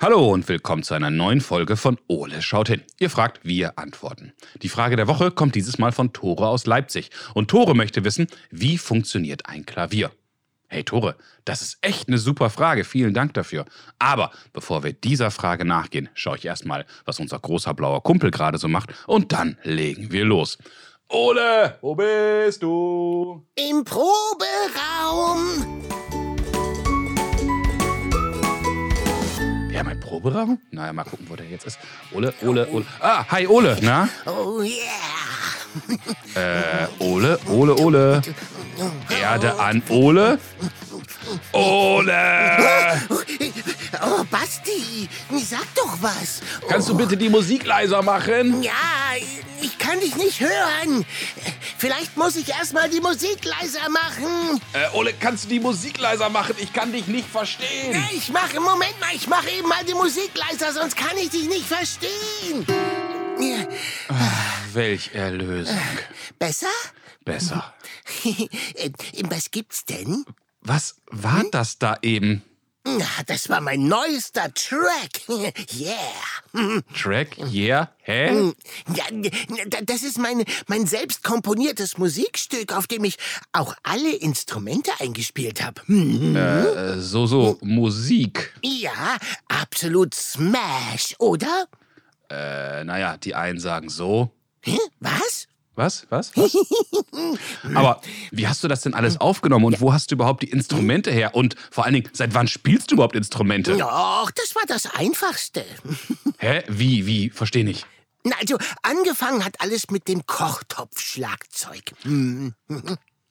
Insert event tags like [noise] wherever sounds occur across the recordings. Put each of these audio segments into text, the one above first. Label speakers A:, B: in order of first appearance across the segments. A: Hallo und willkommen zu einer neuen Folge von Ole schaut hin. Ihr fragt, wir antworten. Die Frage der Woche kommt dieses Mal von Tore aus Leipzig. Und Tore möchte wissen, wie funktioniert ein Klavier? Hey Tore, das ist echt eine super Frage. Vielen Dank dafür. Aber bevor wir dieser Frage nachgehen, schaue ich erstmal, was unser großer blauer Kumpel gerade so macht. Und dann legen wir los. Ole, wo bist du?
B: Im Proberaum.
A: Wir haben einen Proberaum? Naja, mal gucken, wo der jetzt ist. Ole, Ole, Ole. Ah, hi Ole, na?
B: Oh yeah.
A: Äh, Ole, Ole, Ole. Erde an Ole. Ole!
B: Oh, Basti, sag doch was. Oh,
A: Kannst du bitte die Musik leiser machen?
B: Ja, ich kann dich nicht hören. Vielleicht muss ich erstmal die Musik leiser machen.
A: Äh, Ole, kannst du die Musik leiser machen? Ich kann dich nicht verstehen.
B: Ich mache, Moment mal, ich mache eben mal die Musik leiser, sonst kann ich dich nicht verstehen.
A: Welch Erlösung.
B: Besser? [laughs] Ähm,
A: Besser.
B: was gibt's denn?
A: Was war das da eben?
B: Na, das war mein neuester Track. [laughs] Yeah.
A: Track? Yeah?
B: Mhm.
A: Hä?
B: Ja, d- das ist mein, mein selbst komponiertes Musikstück, auf dem ich auch alle Instrumente eingespielt habe. Hm.
A: Äh, so, so, Musik.
B: Ja, absolut Smash, oder?
A: Äh, naja, die einen sagen so.
B: Hä? Was?
A: Was? Was?
B: [laughs]
A: Was? Aber wie hast du das denn alles aufgenommen und wo hast du überhaupt die Instrumente her? Und vor allen Dingen, seit wann spielst du überhaupt Instrumente?
B: Doch, das war das Einfachste.
A: Hä? Wie? Wie? Verstehe nicht.
B: Na, also, angefangen hat alles mit dem Kochtopfschlagzeug. Hm.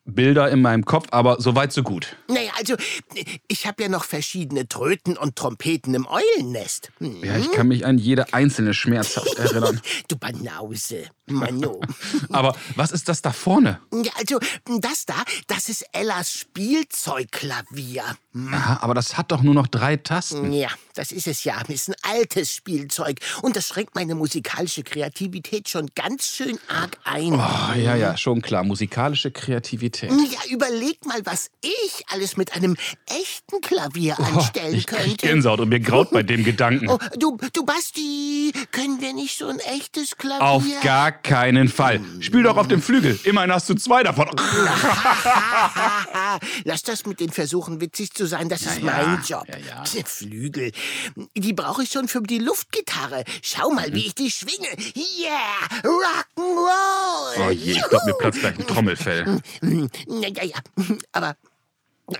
A: Bilder in meinem Kopf, aber so weit, so gut.
B: Naja, also, ich habe ja noch verschiedene Tröten und Trompeten im Eulennest. Hm.
A: Ja, ich kann mich an jede einzelne schmerzhaft
B: [laughs]
A: erinnern.
B: Du Banause, Mano.
A: Aber was ist das da vorne?
B: Ja, also, das da, das ist Ellas Spielzeugklavier.
A: Aha, aber das hat doch nur noch drei Tasten.
B: Ja, das ist es ja. Ist ein altes Spielzeug. Und das schränkt meine musikalische Kreativität schon ganz schön arg ein.
A: Ah, ja, ja, schon klar. Musikalische Kreativität.
B: Ja, überleg mal, was ich alles mit einem echten Klavier anstellen
A: Oh, ich krieg
B: könnte.
A: Gänsehaut und mir graut bei dem Gedanken.
B: Oh, du, du Basti, können wir nicht so ein echtes Klavier?
A: Auf gar keinen Fall. Spiel doch
B: Mhm.
A: auf dem Flügel. Immerhin hast du zwei davon.
B: Lass das mit den Versuchen, witzig zu sein. Das ist
A: ja,
B: mein Job.
A: ja, ja.
B: Die Flügel. Die brauche ich schon für die Luftgitarre. Schau mal,
A: Mhm.
B: wie ich die schwinge. Yeah! Rock'n'Roll!
A: Oh je, ich glaube, mir platzt gleich ein Trommelfell.
B: Ja, ja, ja. Aber.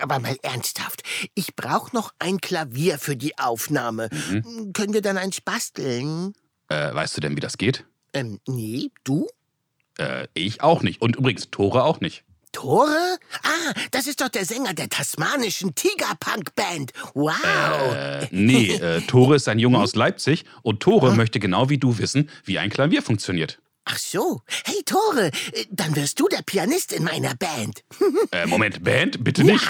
B: Aber mal ernsthaft, ich brauche noch ein Klavier für die Aufnahme.
A: Mhm.
B: Können wir dann eins basteln?
A: Äh, weißt du denn, wie das geht?
B: Ähm, nee, du?
A: Äh, ich auch nicht. Und übrigens, Tore auch nicht.
B: Tore? Ah, das ist doch der Sänger der tasmanischen Tiger-Punk-Band. Wow.
A: Äh, nee, äh, Tore ist ein Junge aus Leipzig und Tore möchte genau wie du wissen, wie ein Klavier funktioniert.
B: Ach so. Hey, Tore, äh, dann wirst du der Pianist in meiner Band.
A: Äh, Moment, Band, bitte nicht.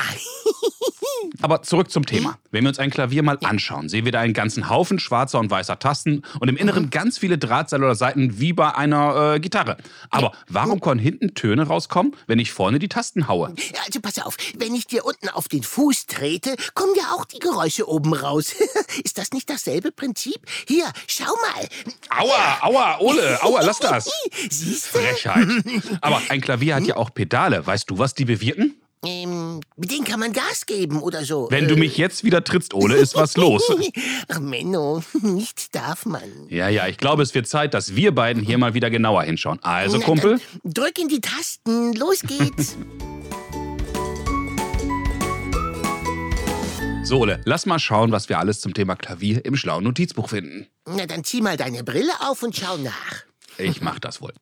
A: Aber zurück zum Thema. Wenn wir uns ein Klavier mal anschauen, sehen wir da einen ganzen Haufen schwarzer und weißer Tasten und im Inneren ganz viele Drahtseile oder Saiten wie bei einer äh, Gitarre. Aber warum können hinten Töne rauskommen, wenn ich vorne die Tasten haue?
B: Ja, [laughs] Also pass auf, wenn ich dir unten auf den Fuß trete, kommen ja auch die Geräusche oben raus. [laughs] ist das nicht dasselbe Prinzip? Hier, schau mal.
A: Aua, aua, Ole, Äh, aua, lass das.
B: [laughs] Siehst du?
A: Frechheit. Aber ein Klavier hat ja auch Pedale. Weißt du, was die bewirken?
B: Ähm, mit denen kann man Gas geben oder so. Äh,
A: Wenn du mich jetzt wieder trittst, Ole, ist
B: [laughs]
A: was los.
B: Ach, Menno, [laughs] nichts darf man.
A: Ja, ja, ich glaube, es wird Zeit, dass wir beiden hier mal wieder genauer hinschauen. Also,
B: Na,
A: Kumpel,
B: dann Drück in die Tasten, los geht's. [laughs]
A: so Ole, lass mal schauen, was wir alles zum Thema Klavier im schlauen Notizbuch finden.
B: Na, dann zieh mal deine Brille auf und schau nach.
A: Ich mach das wohl.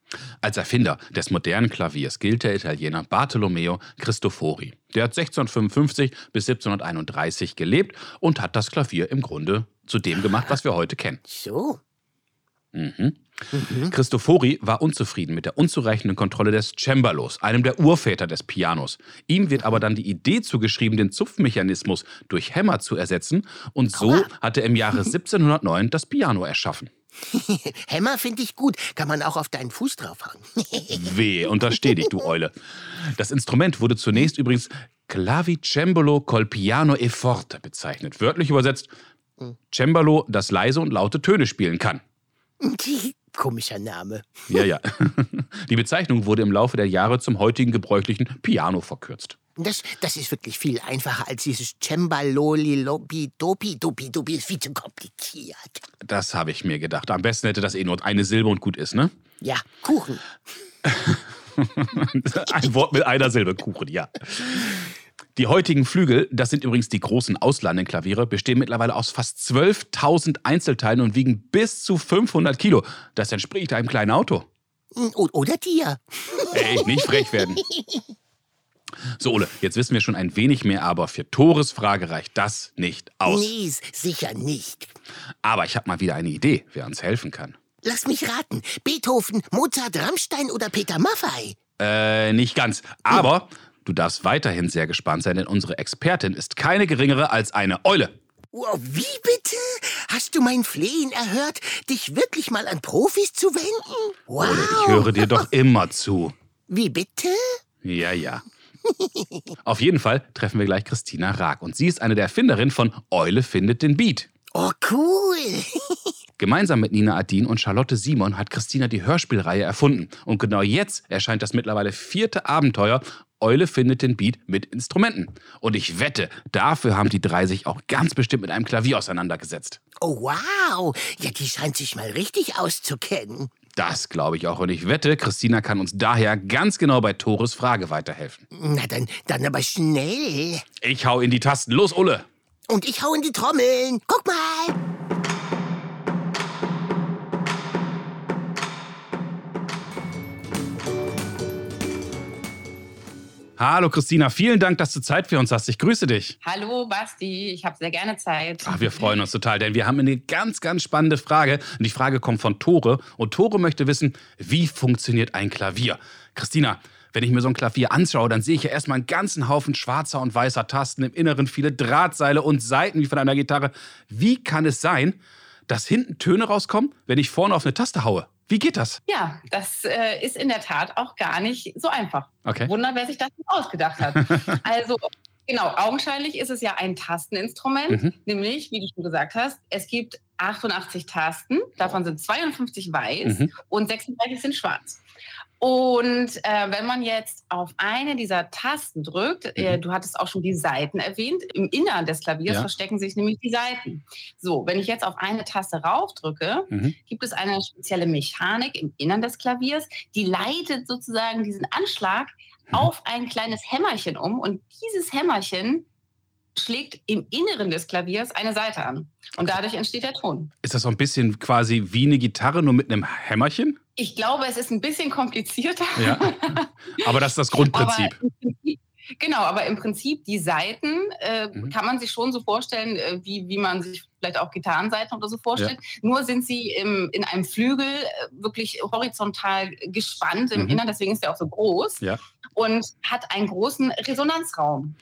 A: Als Erfinder des modernen Klaviers gilt der Italiener Bartolomeo Cristofori. Der hat 1655 bis 1731 gelebt und hat das Klavier im Grunde zu dem gemacht, was wir heute kennen.
B: So.
A: Cristofori Hm? war unzufrieden mit der unzureichenden Kontrolle des Cembalos, einem der Urväter des Pianos. Ihm wird aber dann die Idee zugeschrieben, den Zupfmechanismus durch Hämmer zu ersetzen und so hat er im Jahre 1709 das Piano erschaffen.
B: Hämmer finde ich gut. Kann man auch auf deinen Fuß draufhauen. [laughs]
A: Weh, untersteh dich, du Eule. Das Instrument wurde zunächst übrigens Clavicembalo col piano e forte bezeichnet, wörtlich übersetzt Cembalo, das leise und laute Töne spielen kann.
B: Komischer Name.
A: Ja, ja. Die Bezeichnung wurde im Laufe der Jahre zum heutigen gebräuchlichen Piano verkürzt.
B: Das, das ist wirklich viel einfacher als dieses Cembaloli Lobi Dopi Dopi Dopi. Ist viel zu kompliziert.
A: Das habe ich mir gedacht. Am besten hätte das eh nur eine Silbe und gut ist, ne? [laughs]
B: Ja, Kuchen.
A: Ein Wort mit einer Silbe, Kuchen, ja. Die heutigen Flügel, das sind übrigens die großen Auslandenklaviere, bestehen mittlerweile aus fast 12.000 Einzelteilen und wiegen bis zu 500 Kilo. Das entspricht einem kleinen Auto.
B: O- Oder dir.
A: Ey, nicht frech werden. So, Ole, jetzt wissen wir schon ein wenig mehr, aber für Tores Frage reicht das nicht aus.
B: Nee, s- sicher nicht.
A: Aber ich habe mal wieder eine Idee, wer uns helfen kann.
B: Lass mich raten. Beethoven, Mozart, Rammstein oder Peter Maffei?
A: Äh, nicht ganz. Aber du darfst weiterhin sehr gespannt sein, denn unsere Expertin ist keine geringere als eine Eule.
B: Wow, wie bitte? Hast du mein Flehen erhört, dich wirklich mal an Profis zu wenden? Wow.
A: Ole, ich höre dir doch immer zu.
B: Wie bitte?
A: Ja, ja. Auf jeden Fall treffen wir gleich Christina Raag und sie ist eine der Erfinderinnen von Eule findet den Beat.
B: Oh, cool.
A: Gemeinsam mit Nina Adin und Charlotte Simon hat Christina die Hörspielreihe erfunden und genau jetzt erscheint das mittlerweile vierte Abenteuer Eule findet den Beat mit Instrumenten. Und ich wette, dafür haben die drei sich auch ganz bestimmt mit einem Klavier auseinandergesetzt.
B: Oh, wow. Ja, die scheint sich mal richtig auszukennen.
A: Das glaube ich auch und ich wette, Christina kann uns daher ganz genau bei Tores Frage weiterhelfen.
B: Na dann, dann aber schnell.
A: Ich hau in die Tasten. Los, Ulle!
B: Und ich hau in die Trommeln. Guck mal.
A: Hallo Christina, vielen Dank, dass du Zeit für uns hast. Ich grüße dich.
C: Hallo Basti, ich habe sehr gerne Zeit.
A: Ach, Ah, wir freuen uns total, denn wir haben eine ganz, ganz spannende Frage. Und die Frage kommt von Tore. Und Tore möchte wissen, wie funktioniert ein Klavier? Christina, wenn ich mir so ein Klavier anschaue, dann sehe ich ja erstmal einen ganzen Haufen schwarzer und weißer Tasten, im Inneren viele Drahtseile und Saiten wie von einer Gitarre. Wie kann es sein, dass hinten Töne rauskommen, wenn ich vorne auf eine Taste haue? Wie geht das?
C: Ja, das äh, ist in der Tat auch gar nicht so einfach.
A: Okay.
C: Wunder, wer sich das ausgedacht
A: [laughs]
C: hat. also genau, augenscheinlich ist es ja ein Tasteninstrument,
A: Mhm.
C: nämlich, wie du schon gesagt hast, es gibt 88 Tasten, davon sind 52 weiß
A: Mhm.
C: und 36 sind schwarz. Und äh, wenn man jetzt auf eine dieser Tasten drückt, äh, du hattest auch schon die Saiten erwähnt, im Innern des Klaviers
A: Mhm. Ja.
C: verstecken sich nämlich die Saiten. So, wenn ich jetzt auf eine Taste raufdrücke,
A: Mhm.
C: gibt es eine spezielle Mechanik im Innern des Klaviers, die leitet sozusagen diesen Anschlag
A: Mhm.
C: auf ein kleines Hämmerchen um und dieses Hämmerchen schlägt im Inneren des Klaviers eine Saite an und dadurch entsteht der Ton.
A: Ist das so ein bisschen quasi wie eine Gitarre, nur mit einem Hämmerchen?
C: Ich glaube, es ist ein bisschen komplizierter. [laughs]
A: Ja. Aber das ist das Grundprinzip.
C: Aber im Prinzip genau, aber im Prinzip die Saiten äh,
A: Mhm.
C: kann man sich schon so vorstellen, äh, wie, wie man sich vielleicht auch Gitarrenseiten oder so vorstellt. Nur sind sie im, in einem Flügel äh, wirklich horizontal gespannt im
A: Mhm.
C: Innern, deswegen ist der auch so groß
A: Ja.
C: und hat einen großen Resonanzraum.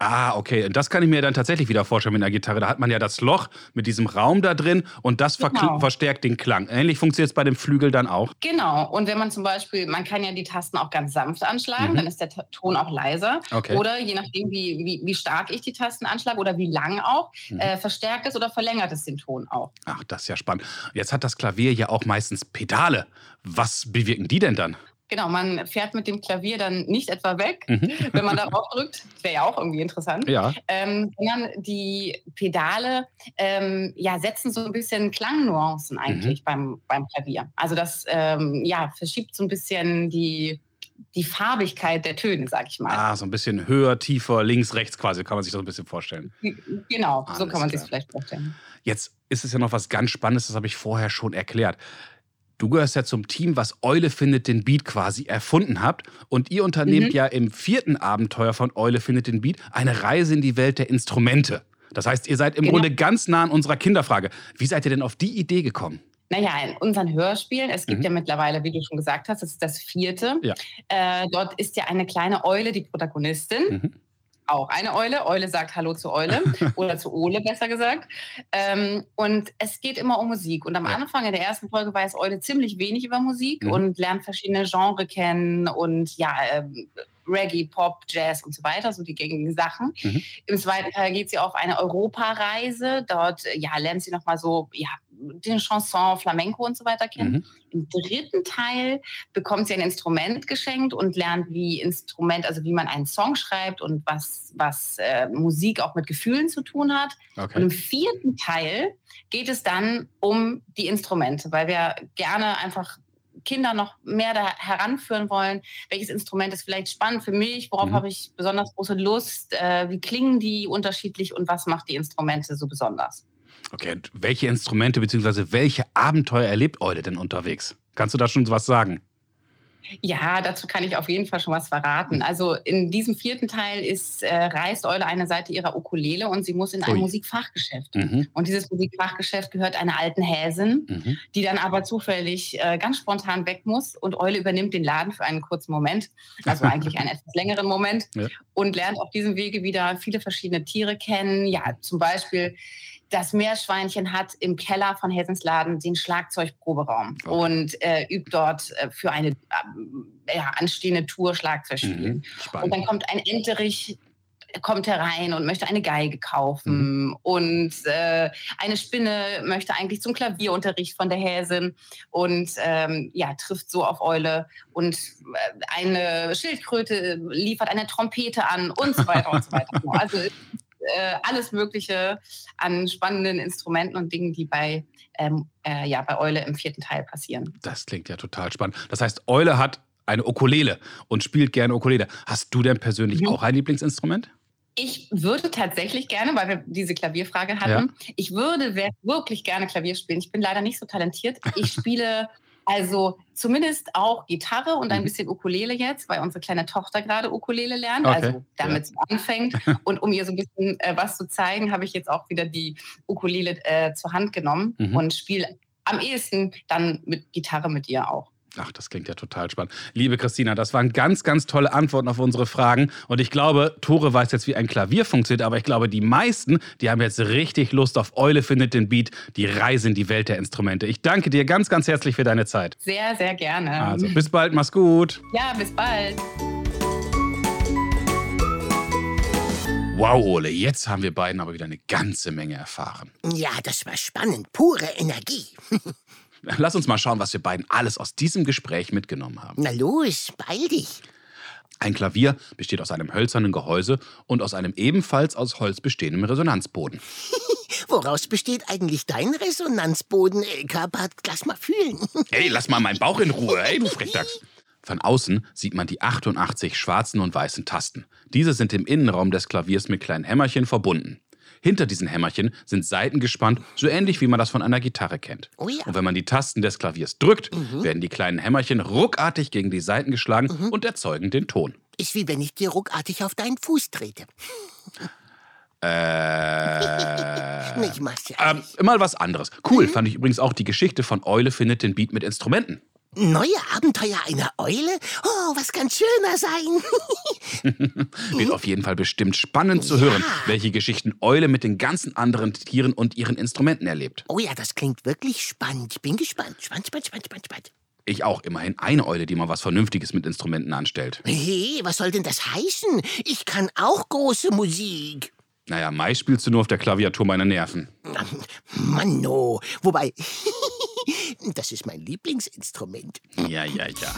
A: Ah, okay. Und das kann ich mir dann tatsächlich wieder vorstellen mit einer Gitarre. Da hat man ja das Loch mit diesem Raum da drin und das verkl-
C: Genau.
A: verstärkt den Klang. Ähnlich funktioniert es bei dem Flügel dann auch.
C: Genau. Und wenn man zum Beispiel, man kann ja die Tasten auch ganz sanft anschlagen,
A: Mhm.
C: dann ist der Ta- Ton auch leiser.
A: Okay.
C: Oder je nachdem, wie, wie, wie stark ich die Tasten anschlage oder wie lang auch,
A: Mhm.
C: äh, verstärkt es oder verlängert es den Ton auch.
A: Ach, das ist ja spannend. Jetzt hat das Klavier ja auch meistens Pedale. Was bewirken die denn dann?
C: Genau, man fährt mit dem Klavier dann nicht etwa weg,
A: Mhm.
C: wenn man darauf drückt. Das wäre ja auch irgendwie interessant.
A: Ja.
C: Ähm, sondern die Pedale ähm, ja, setzen so ein bisschen Klangnuancen
A: Mhm.
C: eigentlich beim, beim Klavier. Also das ähm, ja, verschiebt so ein bisschen die, die Farbigkeit der Töne, sag ich mal.
A: Ah, so ein bisschen höher, tiefer, links, rechts quasi, kann man sich das ein bisschen vorstellen.
C: Genau, so
A: Alles
C: kann man sich
A: klar.
C: vielleicht vorstellen.
A: Jetzt ist es ja noch was ganz Spannendes, das habe ich vorher schon erklärt. Du gehörst ja zum Team, was Eule findet den Beat quasi erfunden habt. Und ihr unternehmt
C: Mhm.
A: ja im vierten Abenteuer von Eule findet den Beat eine Reise in die Welt der Instrumente. Das heißt, ihr seid im
C: Genau.
A: Grunde ganz nah an unserer Kinderfrage. Wie seid ihr denn auf die Idee gekommen?
C: Naja, in unseren Hörspielen, es gibt
A: Mhm.
C: ja mittlerweile, wie du schon gesagt hast, das ist das vierte.
A: Ja.
C: Äh, dort ist ja eine kleine Eule die Protagonistin.
A: Mhm.
C: auch eine Eule. Eule sagt Hallo zu
A: [laughs]
C: Eule oder zu Ole, besser gesagt. Ähm, und es geht immer um Musik. Und am
A: Ja.
C: Anfang in der ersten Folge weiß Eule ziemlich wenig über Musik
A: Mhm.
C: und lernt verschiedene Genre kennen und ja, ähm, Reggae, Pop, Jazz und so weiter, so die gängigen Sachen.
A: Mhm.
C: Im zweiten Teil geht sie auf eine Europareise. Dort äh, ja, lernt sie nochmal so ja, den Chanson, Flamenco und so weiter kennen.
A: Mhm.
C: Im dritten Teil bekommt sie ein Instrument geschenkt und lernt, wie Instrument, also wie man einen Song schreibt und was, was äh, Musik auch mit Gefühlen zu tun hat. Und
A: Okay.
C: im vierten Teil geht es dann um die Instrumente, weil wir gerne einfach Kinder noch mehr da heranführen wollen. Welches Instrument ist vielleicht spannend für mich? Worauf
A: Mhm.
C: habe ich besonders große Lust? Äh, wie klingen die unterschiedlich und was macht die Instrumente so besonders?
A: okay. Und welche Instrumente bzw. welche Abenteuer erlebt Eule denn unterwegs? Kannst du da schon was sagen?
C: Ja, dazu kann ich auf jeden Fall schon was verraten. Also in diesem vierten Teil ist äh, reißt Eule eine Seite ihrer Ukulele und sie muss in ein
A: Ui.
C: Musikfachgeschäft.
A: Mhm.
C: Und dieses Musikfachgeschäft gehört einer alten Häsin.
A: Mhm.
C: die dann aber zufällig äh, ganz spontan weg muss und Eule übernimmt den Laden für einen kurzen Moment, also eigentlich
A: [laughs]
C: einen etwas längeren Moment
A: Ja.
C: und lernt auf diesem Wege wieder viele verschiedene Tiere kennen. Ja, zum Beispiel das Meerschweinchen hat im Keller von Hessens Laden den Schlagzeugproberaum
A: Okay.
C: und äh, übt dort äh, für eine ähm, ja, anstehende Tour Schlagzeug spielen.
A: Mhm.
C: Und dann
A: Spannend.
C: kommt ein Enterich, kommt herein und möchte eine Geige kaufen. Und äh, eine Spinne möchte eigentlich zum Klavierunterricht von der Häsin und ähm, ja, trifft so auf Eule. Und äh, eine Schildkröte liefert eine Trompete an und so weiter und so weiter. Also äh, alles Mögliche an spannenden Instrumenten und Dingen, die bei, ähm, äh, ja, bei Eule im vierten Teil passieren.
A: Das klingt ja total spannend. Das heißt, Eule hat eine Ukulele und spielt gerne Ukulele. Hast du denn persönlich
C: Mhm.
A: auch ein Lieblingsinstrument?
C: Ich würde tatsächlich gerne, weil wir diese Klavierfrage hatten, ich würde wer- wirklich gerne Klavier spielen. Ich bin leider nicht so talentiert. Ich
A: [laughs]
C: spiele also zumindest auch Gitarre und ein
A: Mhm.
C: bisschen Ukulele jetzt, weil unsere kleine Tochter gerade Ukulele lernt,
A: Okay,
C: also damit sie
A: [laughs]
C: anfängt. Und um ihr so ein bisschen äh, was zu zeigen, habe ich jetzt auch wieder die Ukulele äh, zur Hand genommen
A: Mhm.
C: und spiele am ehesten dann mit Gitarre mit ihr auch.
A: Ach, das klingt ja total spannend. Liebe Christina, das waren ganz, ganz tolle Antworten auf unsere Fragen. Und ich glaube, Tore weiß jetzt, wie ein Klavier funktioniert, aber ich glaube, die meisten, die haben jetzt richtig Lust auf Eule findet den Beat, die Reise in die Welt der Instrumente. Ich danke dir ganz, ganz herzlich für deine Zeit.
C: Sehr, sehr gerne.
A: Also, bis bald, mach's gut.
C: Ja, bis bald.
A: Wow, Ole, jetzt haben wir beiden aber wieder eine ganze Menge erfahren.
B: Ja, das war spannend. Pure Energie.
A: Lass uns mal schauen, was wir beiden alles aus diesem Gespräch mitgenommen haben.
B: Na los, beeil dich.
A: Ein Klavier besteht aus einem hölzernen Gehäuse und aus einem ebenfalls aus Holz
B: [laughs]
A: bestehendem Resonanzboden.
B: Woraus besteht eigentlich dein Resonanzboden, äh, Kapat? Lass mal fühlen. [laughs]
A: Ey, lass mal meinen Bauch in Ruhe, ey, du Frechdachs. Von außen sieht man die 88 schwarzen und weißen Tasten. Diese sind im Innenraum des Klaviers mit kleinen Hämmerchen verbunden. Hinter diesen Hämmerchen sind Saiten gespannt, so ähnlich wie man das von einer Gitarre kennt.
B: Oh ja. Mhm.
A: Und wenn man die Tasten des Klaviers drückt, werden die kleinen Hämmerchen ruckartig gegen die Saiten geschlagen und erzeugen den Ton.
B: Ist wie wenn ich dir ruckartig auf deinen Fuß trete.
A: [laughs] Äh.
B: Ich mach's ja.
A: Ähm, mal was anderes. Cool fand ich übrigens auch die Geschichte von Eule findet den Beat mit Instrumenten.
B: Neue Abenteuer einer Eule? Oh, was kann schöner sein?
A: Wird auf jeden Fall bestimmt spannend zu hören,
B: Ja.
A: welche Geschichten Eule mit den ganzen anderen Tieren und ihren Instrumenten erlebt.
B: Oh ja, das klingt wirklich spannend. Ich bin gespannt. Spannend, spannend, spannend, spannend, spannend.
A: Ich auch immerhin eine Eule, die mal was Vernünftiges mit Instrumenten anstellt.
B: Hey, was soll denn das heißen? Ich kann auch große Musik.
A: Naja, Mai spielst du nur auf der Klaviatur meiner Nerven.
B: Mann, oh. Wobei, [laughs] das ist mein Lieblingsinstrument.
A: Ja, ja, ja.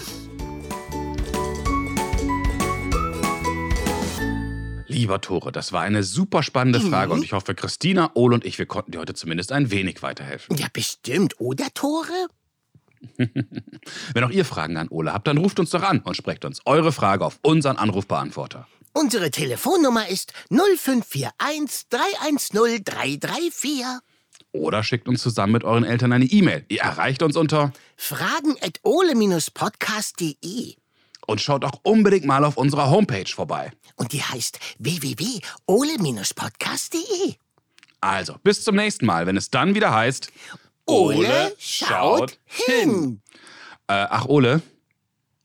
A: Lieber Tore, das war eine super spannende Frage und ich hoffe, Christina, Ole und ich, wir konnten dir heute zumindest ein wenig weiterhelfen.
B: Ja, bestimmt, oder, Tore?
A: Wenn auch ihr Fragen an Ole habt, dann ruft uns doch an und sprecht uns eure Frage auf unseren Anrufbeantworter.
B: Unsere Telefonnummer ist 0541 310 334.
A: Oder schickt uns zusammen mit euren Eltern eine E-Mail. Ihr erreicht uns unter
B: Fragen at ole-podcast.de.
A: und schaut auch unbedingt mal auf unserer Homepage vorbei.
B: Und die heißt www.ole-podcast.de.
A: Also, bis zum nächsten Mal, wenn es dann wieder heißt
B: Ole schaut hin.
A: Äh, ach, Ole,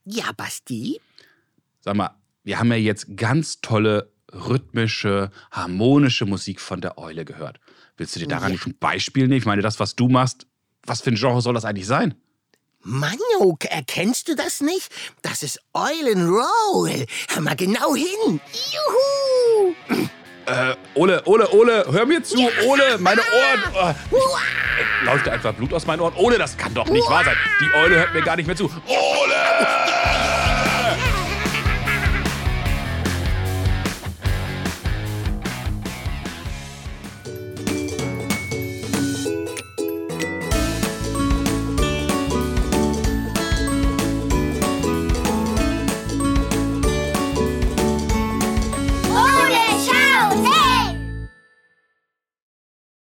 B: Ja, Basti?
A: sag mal, wir haben ja jetzt ganz tolle rhythmische, harmonische Musik von der Eule gehört. Willst du dir daran
B: Ja.
A: nicht ein Beispiel nehmen? Ich meine, das, was du machst, was für ein Genre soll das eigentlich sein?
B: Manuk, erkennst du das nicht? Das ist Oil and Roll. Hör mal genau hin. Juhu!
A: Äh, Ole, Ole, Ole, hör mir zu, Ole, meine Ohren. Oh, ich, äh, läuft da etwa Blut aus meinen Ohren? Ole, das kann doch nicht wahr sein. Die Eule hört mir gar nicht mehr zu. Ole!